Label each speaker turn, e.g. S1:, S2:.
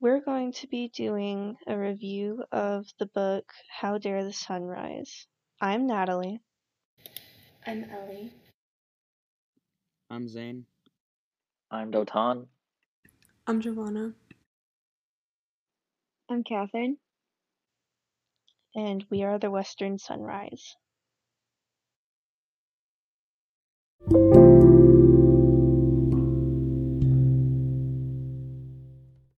S1: we're going to be doing a review of the book How Dare the Sunrise. I'm Natalie.
S2: I'm Ellie.
S3: I'm Zane.
S4: I'm Dotan.
S5: I'm Giovanna.
S6: I'm Catherine.
S1: And we are the Western Sunrise.